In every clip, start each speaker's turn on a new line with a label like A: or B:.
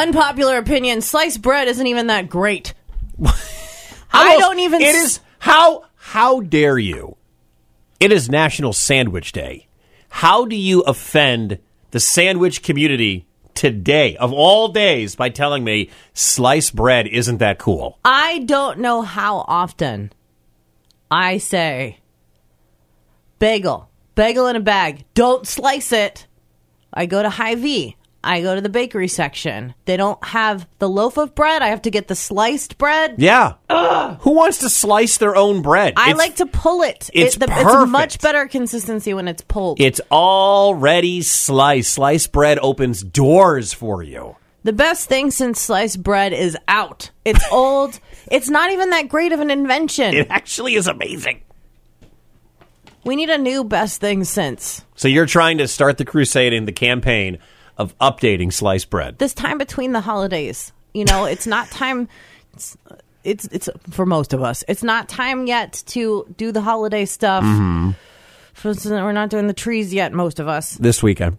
A: Unpopular opinion: sliced bread isn't even that great.
B: How
A: I
B: else-
A: don't even
B: It
A: s-
B: is how how dare you? It is National Sandwich Day. How do you offend the sandwich community today of all days by telling me sliced bread isn't that cool?
A: I don't know how often I say bagel, bagel in a bag. Don't slice it. I go to Hy-Vee. I go to the bakery section. They don't have the loaf of bread. I have to get the sliced bread.
B: Yeah. Who wants to slice their own bread?
A: I
B: It's-
A: like to pull it.
B: it's
A: it, the,
B: perfect.
A: it's much better consistency when it's pulled.
B: It's already sliced. Sliced bread opens doors for you.
A: the best thing since sliced bread is out. It's old. it's not even that great of an invention.
B: It actually is amazing.
A: we need a new best thing since.
B: So you're trying to start the crusade and the campaign of updating sliced bread.
A: this time between the holidays. You know, it's not time. It's it's, it's for most of us. It's not time yet to do the holiday stuff.
B: Mm-hmm.
A: For instance, We're not doing the trees yet, most of us,
B: This weekend.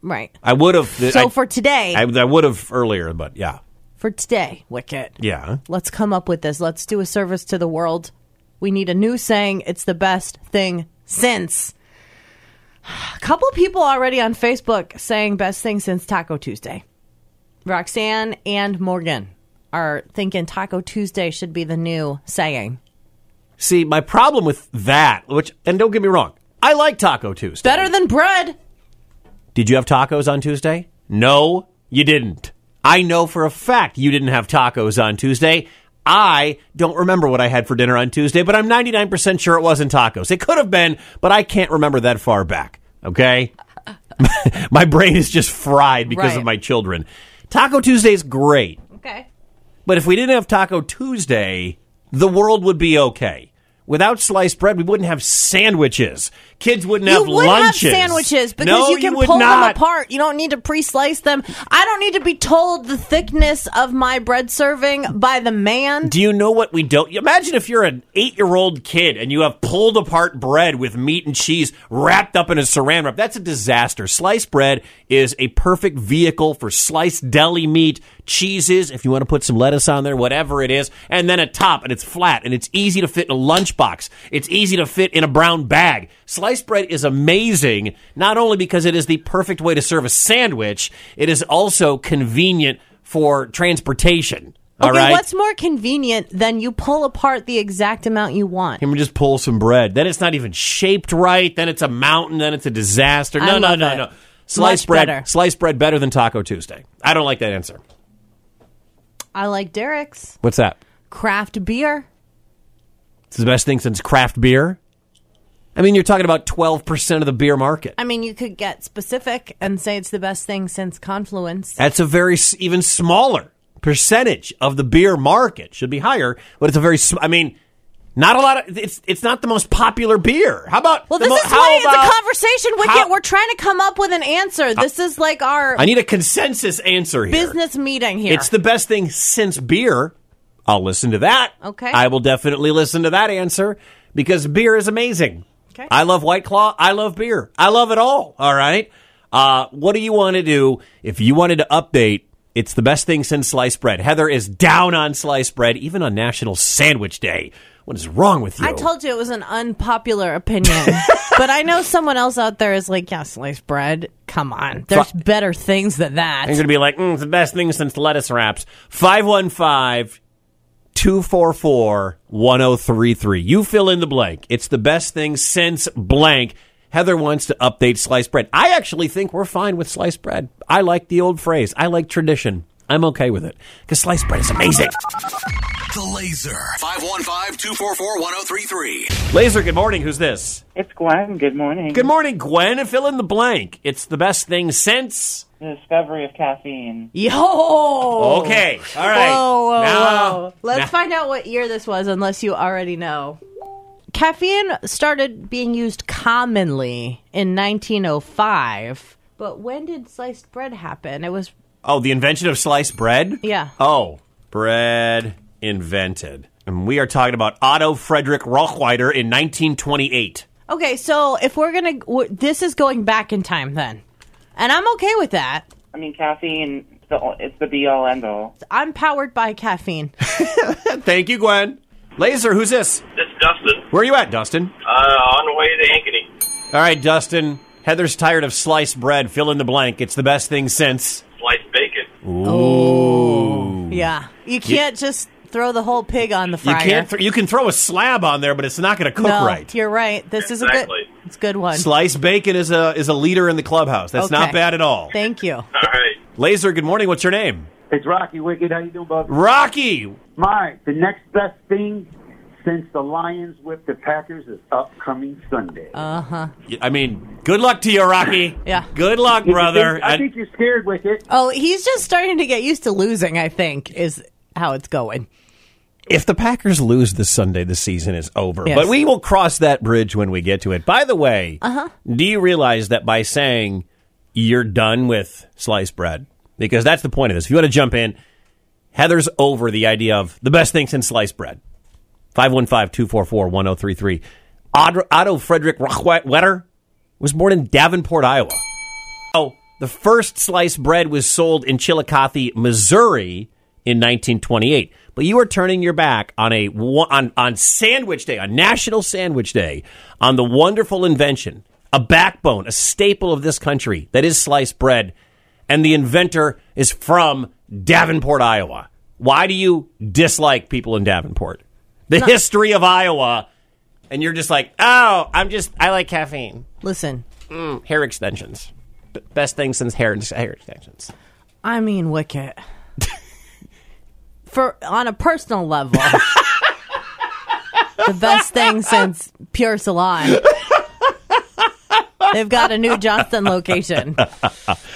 A: right?
B: I would have.
A: So
B: I,
A: for today,
B: I, I would have earlier, but yeah,
A: for today, Wicket,
B: yeah.
A: let's come up with this. Let's do a service to the world. We need a new saying. It's the best thing since. A couple people already on Facebook saying best thing since Taco Tuesday. Roxanne and Morgan are thinking Taco Tuesday should be the new saying.
B: See, my problem with that, which, and don't get me wrong, I like Taco Tuesday.
A: Better than bread.
B: Did you have tacos on Tuesday? No, you didn't. I know for a fact you didn't have tacos on Tuesday. I don't remember what I had for dinner on Tuesday, but I'm 99% sure it wasn't tacos. It could have been, but I can't remember that far back. Okay? my brain is just fried because
A: Right.
B: of my children. Taco Tuesday is great.
A: Okay.
B: But if we didn't have Taco Tuesday, the world would be okay. Without sliced bread, we wouldn't have sandwiches. Kids wouldn't
A: You
B: have
A: would
B: lunches.
A: have sandwiches because
B: No,
A: you can
B: would
A: pull them
B: not.
A: apart. You don't need to pre-slice them. I don't need to be told the thickness of my bread serving by the man.
B: Do you know what we don't? Imagine if you're an eight-year-old kid and you have pulled apart bread with meat and cheese wrapped up in a saran wrap. That's a disaster. Sliced bread is a perfect vehicle for sliced deli meat, cheeses, if you want to put some lettuce on there, whatever it is, and then a top, and it's flat, and it's easy to fit in a lunchbox. It's easy to fit in a brown bag. Sliced bread is amazing, not only because it is the perfect way to serve a sandwich, it is also convenient for transportation. All
A: okay,
B: right.
A: what's more convenient than you pull apart the exact amount you want?
B: Him just pull some bread. Then it's not even shaped right. Then it's a mountain. Then it's a disaster. No,
A: I
B: no,
A: love
B: no,
A: it.
B: no. Sliced
A: Much
B: bread.
A: better.
B: Sliced bread better than Taco Tuesday. I don't like that answer.
A: I like Derek's
B: What's that?
A: craft beer.
B: It's the best thing since craft beer. I mean, you're talking about 12% of the beer market.
A: I mean, you could get specific and say it's the best thing since Confluence.
B: That's a very s- even smaller percentage of the beer market. Should be higher, but it's a very. Sm- I mean, not a lot of. It's it's not the most popular beer. How about?
A: Well,
B: the
A: this
B: mo-
A: is
B: how
A: why
B: about-
A: it's a conversation, Wicket.
B: how-
A: We're trying to come up with an answer. This is like our
B: I need a consensus answer here.
A: business meeting here.
B: It's the best thing since beer. I'll listen to that.
A: Okay.
B: I will definitely listen to that answer because beer is amazing.
A: Okay.
B: I love White Claw. I love beer. I love it all. All right. Uh, what do you want to do if you wanted to update? It's the best thing since sliced bread. Heather is down on sliced bread, even on National Sandwich Day. What is wrong with you?
A: I told you it was an unpopular opinion, but I know someone else out there is like, yeah, sliced bread. Come on, there's better things than
B: You're
A: that.
B: going to be like, mm, it's the best thing since lettuce wraps. 515 244 1033. You fill in the blank. It's the best thing since blank. Heather wants to update sliced bread. I actually think we're fine with sliced bread. I like the old phrase, I like tradition. I'm okay with it because sliced bread is amazing.
C: The Laser. 515-244-1033.
B: Laser, good morning. Who's this?
D: It's Gwen. Good morning.
B: Good morning, Gwen. Fill in the blank. It's the best thing since.
D: The discovery of caffeine.
A: Yo, okay.
B: Okay. All right.
A: Whoa, whoa,
B: Now-
A: whoa. Let's
B: now-
A: find out what year this was, unless you already know. Caffeine started being used commonly in 1905, but when did sliced bread happen? It was,
B: Oh, the invention of sliced bread?
A: Yeah.
B: Oh, bread invented. And we are talking about Otto Frederick Rochweider in 1928.
A: okay, so if we're gonna, w- this is going back in time then. And I'm okay with that.
D: I mean, caffeine the o- it's the be all end all.
A: I'm powered by caffeine.
B: Thank you, Gwen. Laser, who's this?
E: This is Dustin.
B: Where are you at, Dustin?
E: Uh, on the way to Ankeny.
B: All right, Dustin. Heather's tired of sliced bread. Fill in the blank. It's the best thing since.
E: Sliced bacon.
A: Yeah. You can't just throw the whole pig on the
B: You
A: fryer.
B: can't. Th- you can throw a slab on there, but it's not going to cook
A: no,
B: right.
A: You're right. This is a good
E: Exactly.
A: it's a good one.
B: Sliced bacon is a is a leader in the clubhouse. That's not
A: Okay.
B: bad at all.
A: Thank you.
E: All right.
B: Laser, good morning. What's your name?
F: It's Rocky Wicked. How you doing, Bob?
B: Rocky.
F: Mike, the next best thing since the Lions whipped the Packers is upcoming Sunday.
B: I mean, good luck to you, Rocky.
A: Yeah.
B: Good luck, brother.
F: I think you're scared with it.
A: Oh, he's just starting to get used to losing, I think, is how it's going.
B: if the Packers lose this Sunday, the season is over.
A: Yes.
B: But we will cross that bridge when we get to it. By the way, do you realize that by saying you're done with sliced bread, because that's the point of this. If you want to jump in, Heather's over the idea of the best things in sliced bread. 515-244-1033. Od- Otto Frederick Rochwetter was born in Davenport, Iowa. Oh, the first sliced bread was sold in Chillicothe, Missouri in 1928. But you are turning your back on a wo- on on sandwich day, on National Sandwich Day, on the wonderful invention, a backbone, a staple of this country that is sliced bread, and the inventor is from Davenport, Iowa. Why do you dislike people in Davenport? The history of Iowa, and you're just like, oh, I'm just I like caffeine
A: Listen,
B: hair extensions. B- best thing since hair, hair extensions.
A: I mean Wicket. For on a personal level. the best thing since Pure Salon. They've got a new Johnston location.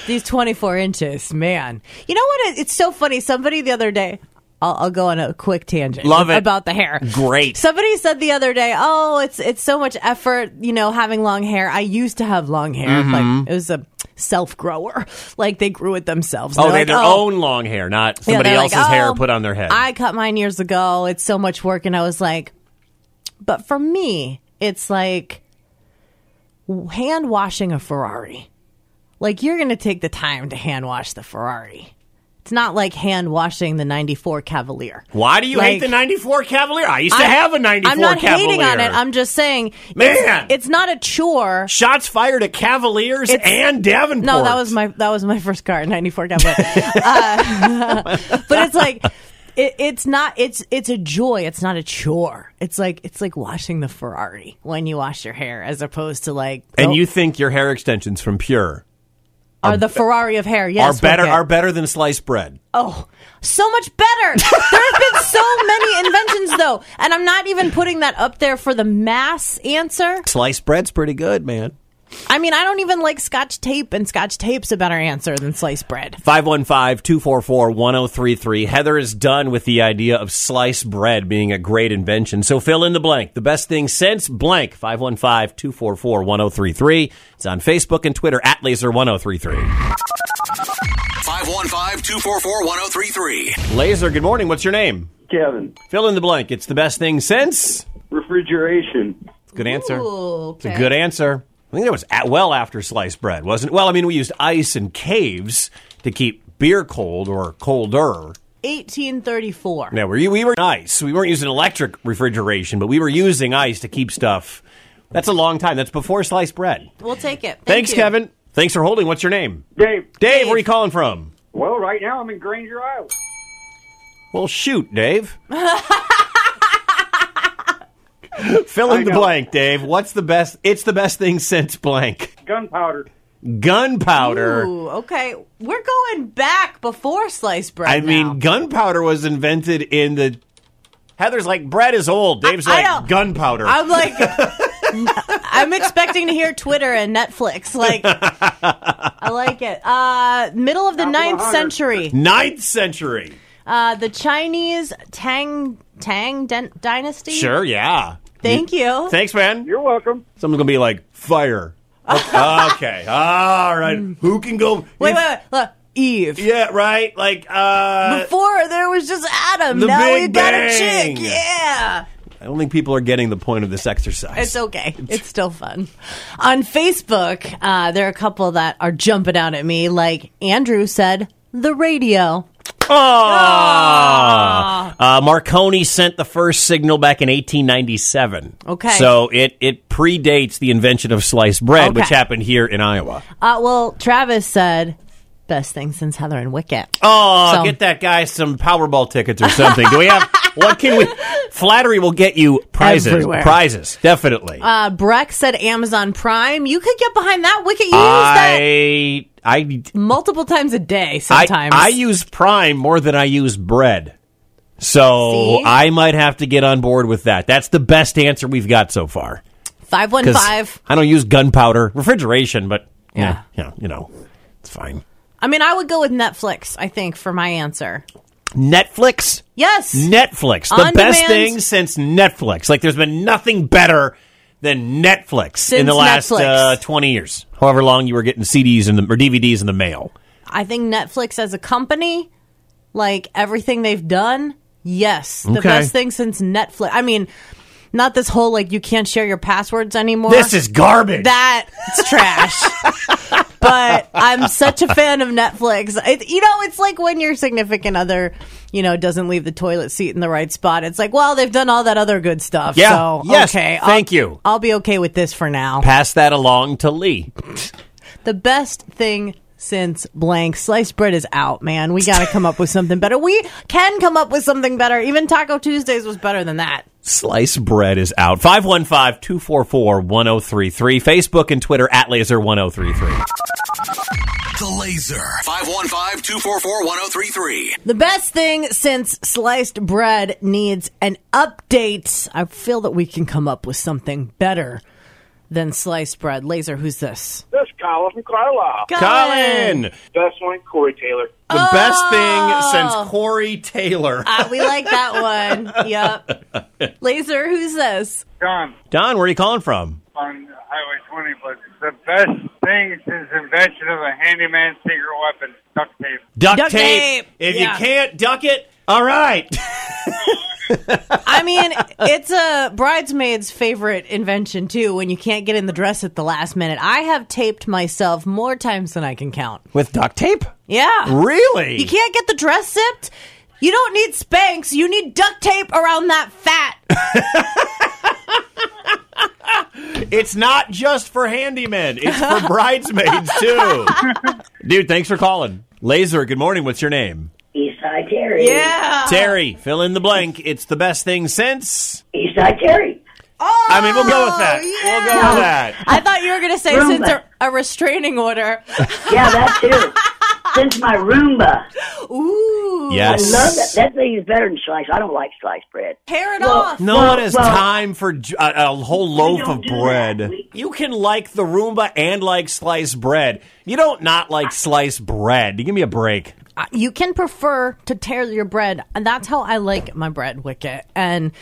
A: These 24 inches, man. You know what? It- It's so funny. Somebody the other day, I'll, I'll go on a quick tangent.
B: Love it.
A: About the hair.
B: Great.
A: Somebody said the other day, "Oh, it's it's so much effort, you know, having long hair. I used to have long hair,
B: Mm-hmm.
A: like it was a self grower, like they grew it themselves.
B: Oh,
A: They're
B: they
A: like,
B: had their
A: "Oh."
B: own long hair, not
A: Yeah,
B: somebody
A: they're like,
B: else's hair
A: "Oh,
B: put on their head.
A: I cut mine years ago. It's so much work, and I was like, but for me, it's like hand washing a Ferrari. Like you're going to take the time to hand wash the Ferrari. It's not like hand washing the '94 Cavalier.
B: Why do you hate
A: Like-
B: the 94 Cavalier? I used to
A: I-
B: have a 94
A: I'm not
B: Cavalier.
A: hating on it. I'm just saying,
B: Man!
A: it's, it's not a chore.
B: Shots fired at Cavaliers
A: It's-
B: and Davenport.
A: No, that was my that was my first car, '94 Cavalier. uh, but it's like. It, it's not. It's it's a joy. It's not a chore. It's like it's like washing the Ferrari when you wash your hair, as opposed to like
B: And
A: oh,
B: you think your hair extensions from Pure
A: are the Ferrari of hair. Yes,
B: are better
A: Wicket.
B: are better than sliced bread?
A: Oh, so much better. there have been so many inventions, though, and I'm not even putting that up there for the mass answer.
B: Sliced bread's pretty good, man.
A: I mean, I don't even like scotch tape, and scotch tape's a better answer than sliced bread.
B: 515-244-1033. Heather is done with the idea of sliced bread being a great invention. So fill in the blank. The best thing since blank. 515-244-1033. It's on Facebook and Twitter at Laser1033.
C: 515-244-1033.
B: Laser, good morning. What's your name?
G: Kevin,
B: Fill in the blank. It's the best thing since.
G: refrigeration.
B: Good answer.
A: Ooh,
B: It's a
A: okay.
B: good answer. I think that was at, well after sliced bread, wasn't it? Well, I mean, we used ice and caves to keep beer cold or colder.
A: 1834.
B: Yeah, we, we were ice. We weren't using electric refrigeration, but we were using ice to keep stuff. That's a long time. That's before sliced bread.
A: We'll take it. Thank
B: Thanks,
A: you.
B: Kevin. Thanks for holding. What's your name?
F: Dave,
B: Dave, where are you calling from?
F: well, right now I'm in Granger, Iowa.
B: Well, shoot, Dave. Fill in
F: I
B: the
F: know.
B: blank, Dave. What's the best? It's the best thing since blank.
F: Gunpowder.
B: Gunpowder.
A: Ooh, okay. We're going back before sliced bread.
B: I mean,
A: now.
B: gunpowder was invented in the. Heather's like, bread is old. Dave's
A: I
B: like,
A: don't-
B: gunpowder.
A: I'm like, I'm expecting to hear Twitter and Netflix. Like, I like it. Uh, middle of the
F: Apple
A: ninth
F: 100.
A: century,
B: Ninth century.
A: uh, the Chinese Tang Tang din- dynasty.
B: Sure, yeah.
A: Thank you.
B: Thanks, man.
F: You're welcome.
B: Someone's gonna be like, fire. Okay, okay. all right. Who can go?
A: wait, wait, wait. Look, Eve.
B: Yeah, right. Like, uh,
A: Before there was just Adam.
B: The
A: now
B: Big
A: we got
B: Bang.
A: a chick. Yeah.
B: I don't think people are getting the point of this exercise.
A: It's okay. It's still fun. On Facebook, uh, there are a couple that are jumping out at me. Like Andrew said, the radio.
B: Ah! Uh, Marconi sent the first signal back in 1897.
A: Okay.
B: So it, it predates the invention of sliced bread,
A: Okay.
B: which happened here in Iowa.
A: Uh, well, Travis said best thing since Heather and Wicket.
B: Oh,
A: So-
B: get that guy some Powerball tickets or something. Do we have what can we? Flattery will get you prizes.
A: Everywhere.
B: Prizes, definitely.
A: Uh, Breck said Amazon Prime. You could get behind that Wicket. You use that
B: I I
A: multiple times a day
B: I,
A: sometimes.
B: I use Prime more than I use bread. So
A: See?
B: I might have to get on board with that. That's the best answer we've got so far. 'Cause
A: 515.
B: I don't use gunpowder, refrigeration, but yeah,
A: Yeah.
B: yeah, you know, it's fine.
A: I mean, I would go with Netflix, I think, for my answer.
B: Netflix.
A: Yes.
B: Netflix. The
A: On
B: best
A: demand.
B: thing since Netflix. Like, there's been nothing better than Netflix in
A: Since
B: the last
A: Netflix.
B: uh, 20 years, however long you were getting CDs in the, or DVDs in the mail.
A: I think Netflix as a company, like everything they've done, yes, the
B: Okay.
A: best thing since Netflix. I mean, not this whole like you can't share your passwords anymore.
B: This is garbage.
A: that's trash. but I'm such a fan of Netflix. It, you know, it's like when your significant other, you know, doesn't leave the toilet seat in the right spot. It's like, well, they've done all that other good stuff.
B: Yeah.
A: So,
B: Yes.
A: okay.
B: Thank
A: I'll,
B: you.
A: I'll be okay with this for now.
B: Pass that along to Lee.
A: the best thing since blank sliced bread is out, man. We got to come up with something better. We can come up with something better. Even Taco Tuesdays was better than that.
B: Slice bread is out. 515 244 1033. Facebook and Twitter at laser1033.
C: The Laser. 515 244 1033.
A: The best thing since sliced bread needs an update. I feel that we can come up with something better than sliced bread. Laser, who's this?
G: This Colin from Carlisle.
B: Colin!
G: Best one, Corey Taylor.
B: The best thing
A: Oh.
B: since Corey Taylor.
A: Ah, we like that one. Yep. Laser, who's this?
H: John
B: Don, where are you calling from?
H: on Highway 20, but the best thing since invention of a handyman secret weapon, duct tape.
B: Duct,
A: Duct
B: tape.
A: tape.
B: If
A: Yeah.
B: you can't duck it, all right.
A: I mean, it's a bridesmaid's favorite invention too. When you can't get in the dress at the last minute, I have taped myself more times than I can count.
B: With duct tape?
A: Yeah,
B: Really?
A: you can't get the dress zipped. You don't need Spanx. You need duct tape around that fat.
B: It's not just for handymen. It's for bridesmaids too. Dude, thanks for calling. Laser, good morning. What's your name?
I: Eastside Terry.
A: Yeah.
B: Terry, fill in the blank. It's the best thing since.
I: Eastside Terry.
A: Oh,
B: I mean, we'll go with that. We'll go with that.
A: I thought you were gonna say
I: Roomba.
A: since a, a restraining order.
I: Yeah, that too. Since my Roomba.
A: Ooh,
I: I love that.
B: Yes.
I: That thing is better than sliced. I don't like sliced bread.
A: tear it
I: Well,
A: off.
B: No
I: Well,
B: one has
I: well-
B: time for j- a, a whole loaf
I: don't
B: of
I: do that.
B: bread.
I: We-
B: You can like the Roomba and like sliced bread. You don't not like sliced bread. Give me a break.
A: I- you can prefer to tear your bread and that's how i like my bread wicket and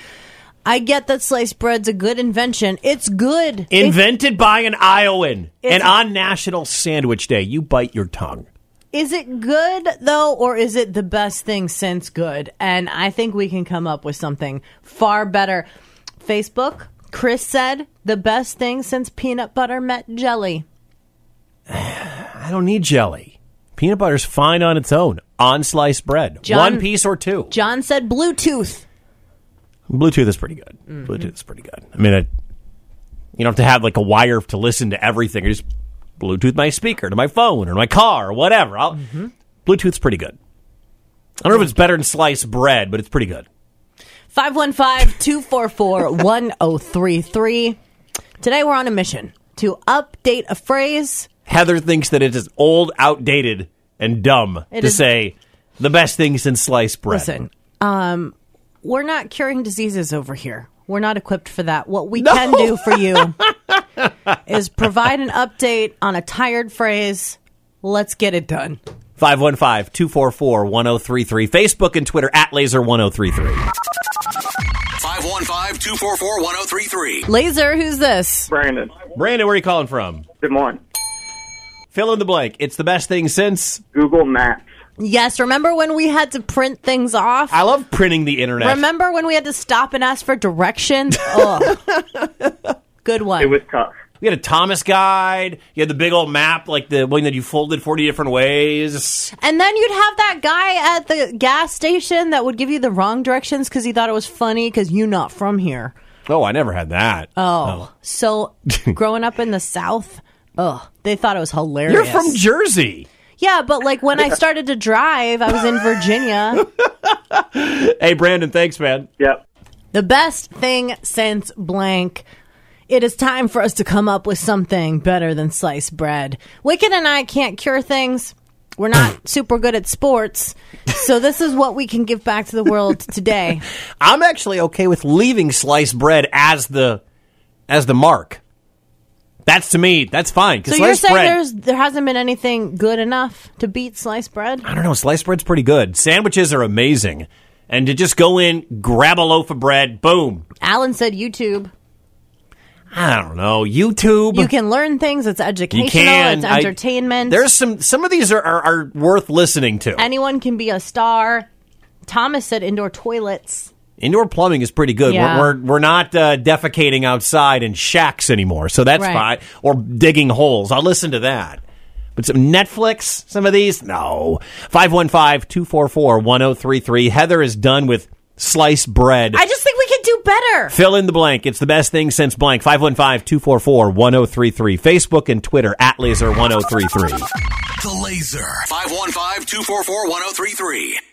A: i get that sliced bread's a good invention it's good It-
B: Invented by an Iowan and
A: It's-
B: on National Sandwich Day, you bite your tongue.
A: Is it good though or is it the best thing since good and i think we can come up with something far better facebook chris said the best thing since peanut butter met jelly
B: I don't need jelly. Peanut butter's fine on its own, on sliced bread.
A: John-
B: One piece or two.
A: john said bluetooth
B: Bluetooth is pretty good.
A: Mm-hmm.
B: Bluetooth is pretty good. I mean, I, you don't have to have like a wire to listen to everything. I just Bluetooth my speaker to my phone or my car or whatever. I'll,
A: Mm-hmm.
B: Bluetooth's pretty good. I don't know if it's better than sliced bread, but it's pretty good.
A: 515-244-1033 today we're on a mission to update a phrase
B: Heather thinks that it is old, outdated, and dumb
A: It
B: to
A: is-
B: say the best thing since sliced bread.
A: Listen, um, we're not curing diseases over here. We're not equipped for that. What we can do for you is provide an update on a tired phrase. Let's get it done.
B: 515 244 1033. Facebook and Twitter at laser1033.
C: 515 244 1033.
A: Laser, who's this?
G: Brandon.
B: Brandon, where are you calling from?
G: Good morning.
B: Fill in the blank. It's the best thing since.
G: Google Maps.
A: Yes, remember when we had to print things off?
B: I love printing the internet.
A: Remember when we had to stop and ask for directions? Ugh. Good
G: It
A: one.
G: was tough.
B: We had a Thomas guide. You had the big old map, like the one that you folded forty different ways.
A: And then you'd have that guy at the gas station that would give you the wrong directions because he thought it was funny because you're not from here.
B: Oh, I never had that.
A: Oh, so growing up in the South, oh, they thought it was hilarious.
B: You're from Jersey.
A: yeah, but like when I started to drive, I was in Virginia.
B: Hey, Brandon, thanks, man.
G: Yep.
A: The best thing since blank. It is time for us to come up with something better than sliced bread. Wicked and I can't cure things. We're not super good at sports. So, this is what we can give back to the world today.
B: I'm actually okay with leaving sliced bread as the as the mark. That's to me. That's fine. 'cause
A: So, you're
B: sliced
A: saying
B: bread,
A: there's, there hasn't been anything good enough to beat sliced bread?
B: I don't know. Sliced bread's pretty good. Sandwiches are amazing. And to just go in, grab a loaf of bread, boom.
A: Alan said YouTube.
B: I don't know. YouTube.
A: You can learn things. It's educational. it's
B: I-
A: entertainment.
B: there's some. Some of these are, are, are worth listening to.
A: anyone can be a star. Thomas said indoor toilets.
B: Indoor plumbing is pretty good.
A: Yeah.
B: We're, we're we're not uh, defecating outside in shacks anymore, so that's
A: Right.
B: fine. Or digging holes. I'll listen to that. But some Netflix, some of these, no. 515-244-1033. Heather is done with sliced bread.
A: I just think we can do better.
B: Fill in the blank. It's the best thing since blank. 515-244-1033. Facebook and Twitter at laser1033.
C: The Laser.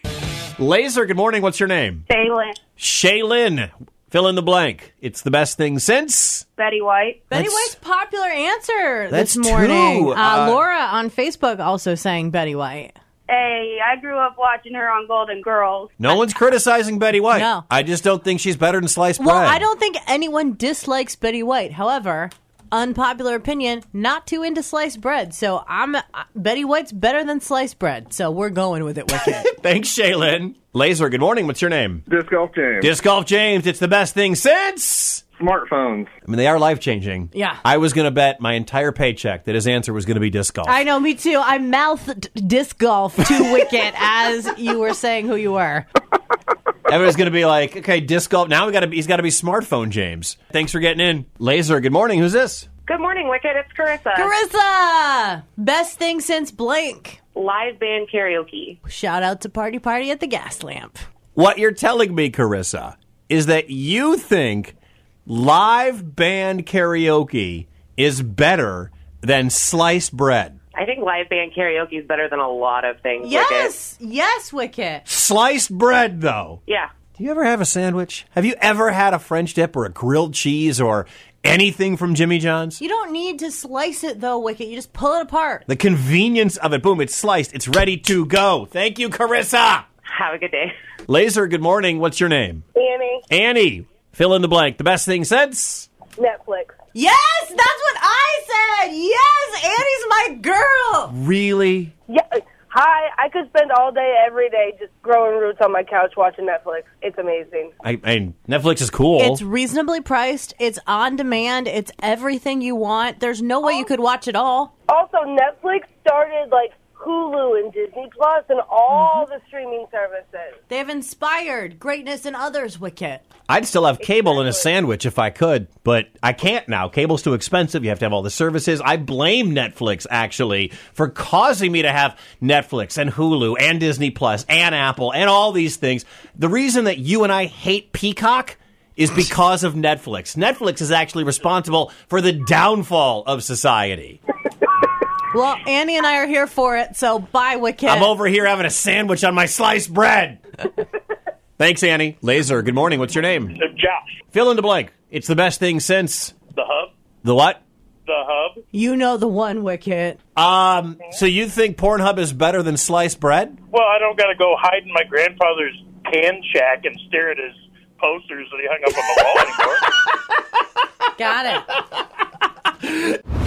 C: 515-244-1033.
B: Laser, good morning. What's your name?
J: Phelan,
B: Shaylin. Fill in the blank. It's the best thing since
J: Betty White.
A: Betty
B: That's-
A: White's popular answer
B: That's
A: this morning.
B: two.
A: Uh,
B: Uh,
A: Laura on Facebook also sang Betty White.
J: Hey, I grew up watching her on Golden Girls.
B: No one's criticizing Betty White.
A: No.
B: I just don't think she's better than sliced
A: Well,
B: bread.
A: I don't think anyone dislikes Betty White. However, unpopular opinion, not too into sliced bread. So I'm uh, Betty White's better than sliced bread. So we're going with it. Wicked.
B: Thanks, Shaylin. Laser, good morning. What's your name?
G: Disc golf game.
B: Disc Golf James. It's the best thing since.
G: Smartphones.
B: I mean, they are life changing.
A: Yeah.
B: I was going to bet my entire paycheck that his answer was going to be disc golf.
A: I know, me too. I mouthed disc golf to Wicket as you were saying who you were.
B: Everyone's going to be like, okay, disc golf. Now we got to. He's got to be smartphone James. Thanks for getting in. Laser, good morning. Who's this?
J: Good morning, Wicked. It's Carissa.
A: Carissa! Best thing since blank.
J: Live band karaoke.
A: Shout out to Party Party at the Gas Lamp.
B: What you're telling me, Carissa, is that you think live band karaoke is better than sliced bread.
J: I think live band karaoke is better than a lot of things.
A: Yes, yes, Wicket.
B: Sliced bread, though.
J: Yeah.
B: Do you ever have a sandwich? Have you ever had a French dip or a grilled cheese or anything from Jimmy John's?
A: You don't need to slice it though, Wicket. You just pull it apart.
B: The convenience of it. Boom, it's sliced. It's ready to go. Thank you, Carissa.
J: Have a good day.
B: Laser, good morning. What's your name?
J: Annie,
B: Annie. Fill in the blank. The best thing since.
J: Netflix.
A: Yes, that's what I said. Yes, Annie's my girl.
B: Really?
J: Yeah. Hi, I could spend all day every day just growing roots on my couch watching Netflix. It's amazing.
B: I, I mean, Netflix is cool.
A: It's reasonably priced. It's on demand. It's everything you want. There's no way you could watch it all.
J: Also, Netflix started like Hulu and Disney Plus and all the streaming services.
A: They have inspired greatness in others, Wicket.
B: I'd still have cable in a sandwich if I could, but I can't now. Cable's too expensive. You have to have all the services. I blame Netflix actually for causing me to have Netflix and Hulu and Disney Plus and Apple and all these things. The reason that you and I hate Peacock is because of Netflix. Netflix is actually responsible for the downfall of society.
A: Well, Annie and I are here for it. So bye, Wicket.
B: I'm over here having a sandwich on my sliced bread. Thanks, Annie. Laser, good morning. What's your name?
E: Josh,
B: Fill in the blank. It's the best thing since
E: the hub,
B: the what?
E: the hub.
A: You know the one, Wicket.
B: Um, so you think Pornhub is better than sliced bread?
E: Well, I don't got to go hide in my grandfather's can shack and stare at his posters that he hung up on the wall anymore.
A: Got it.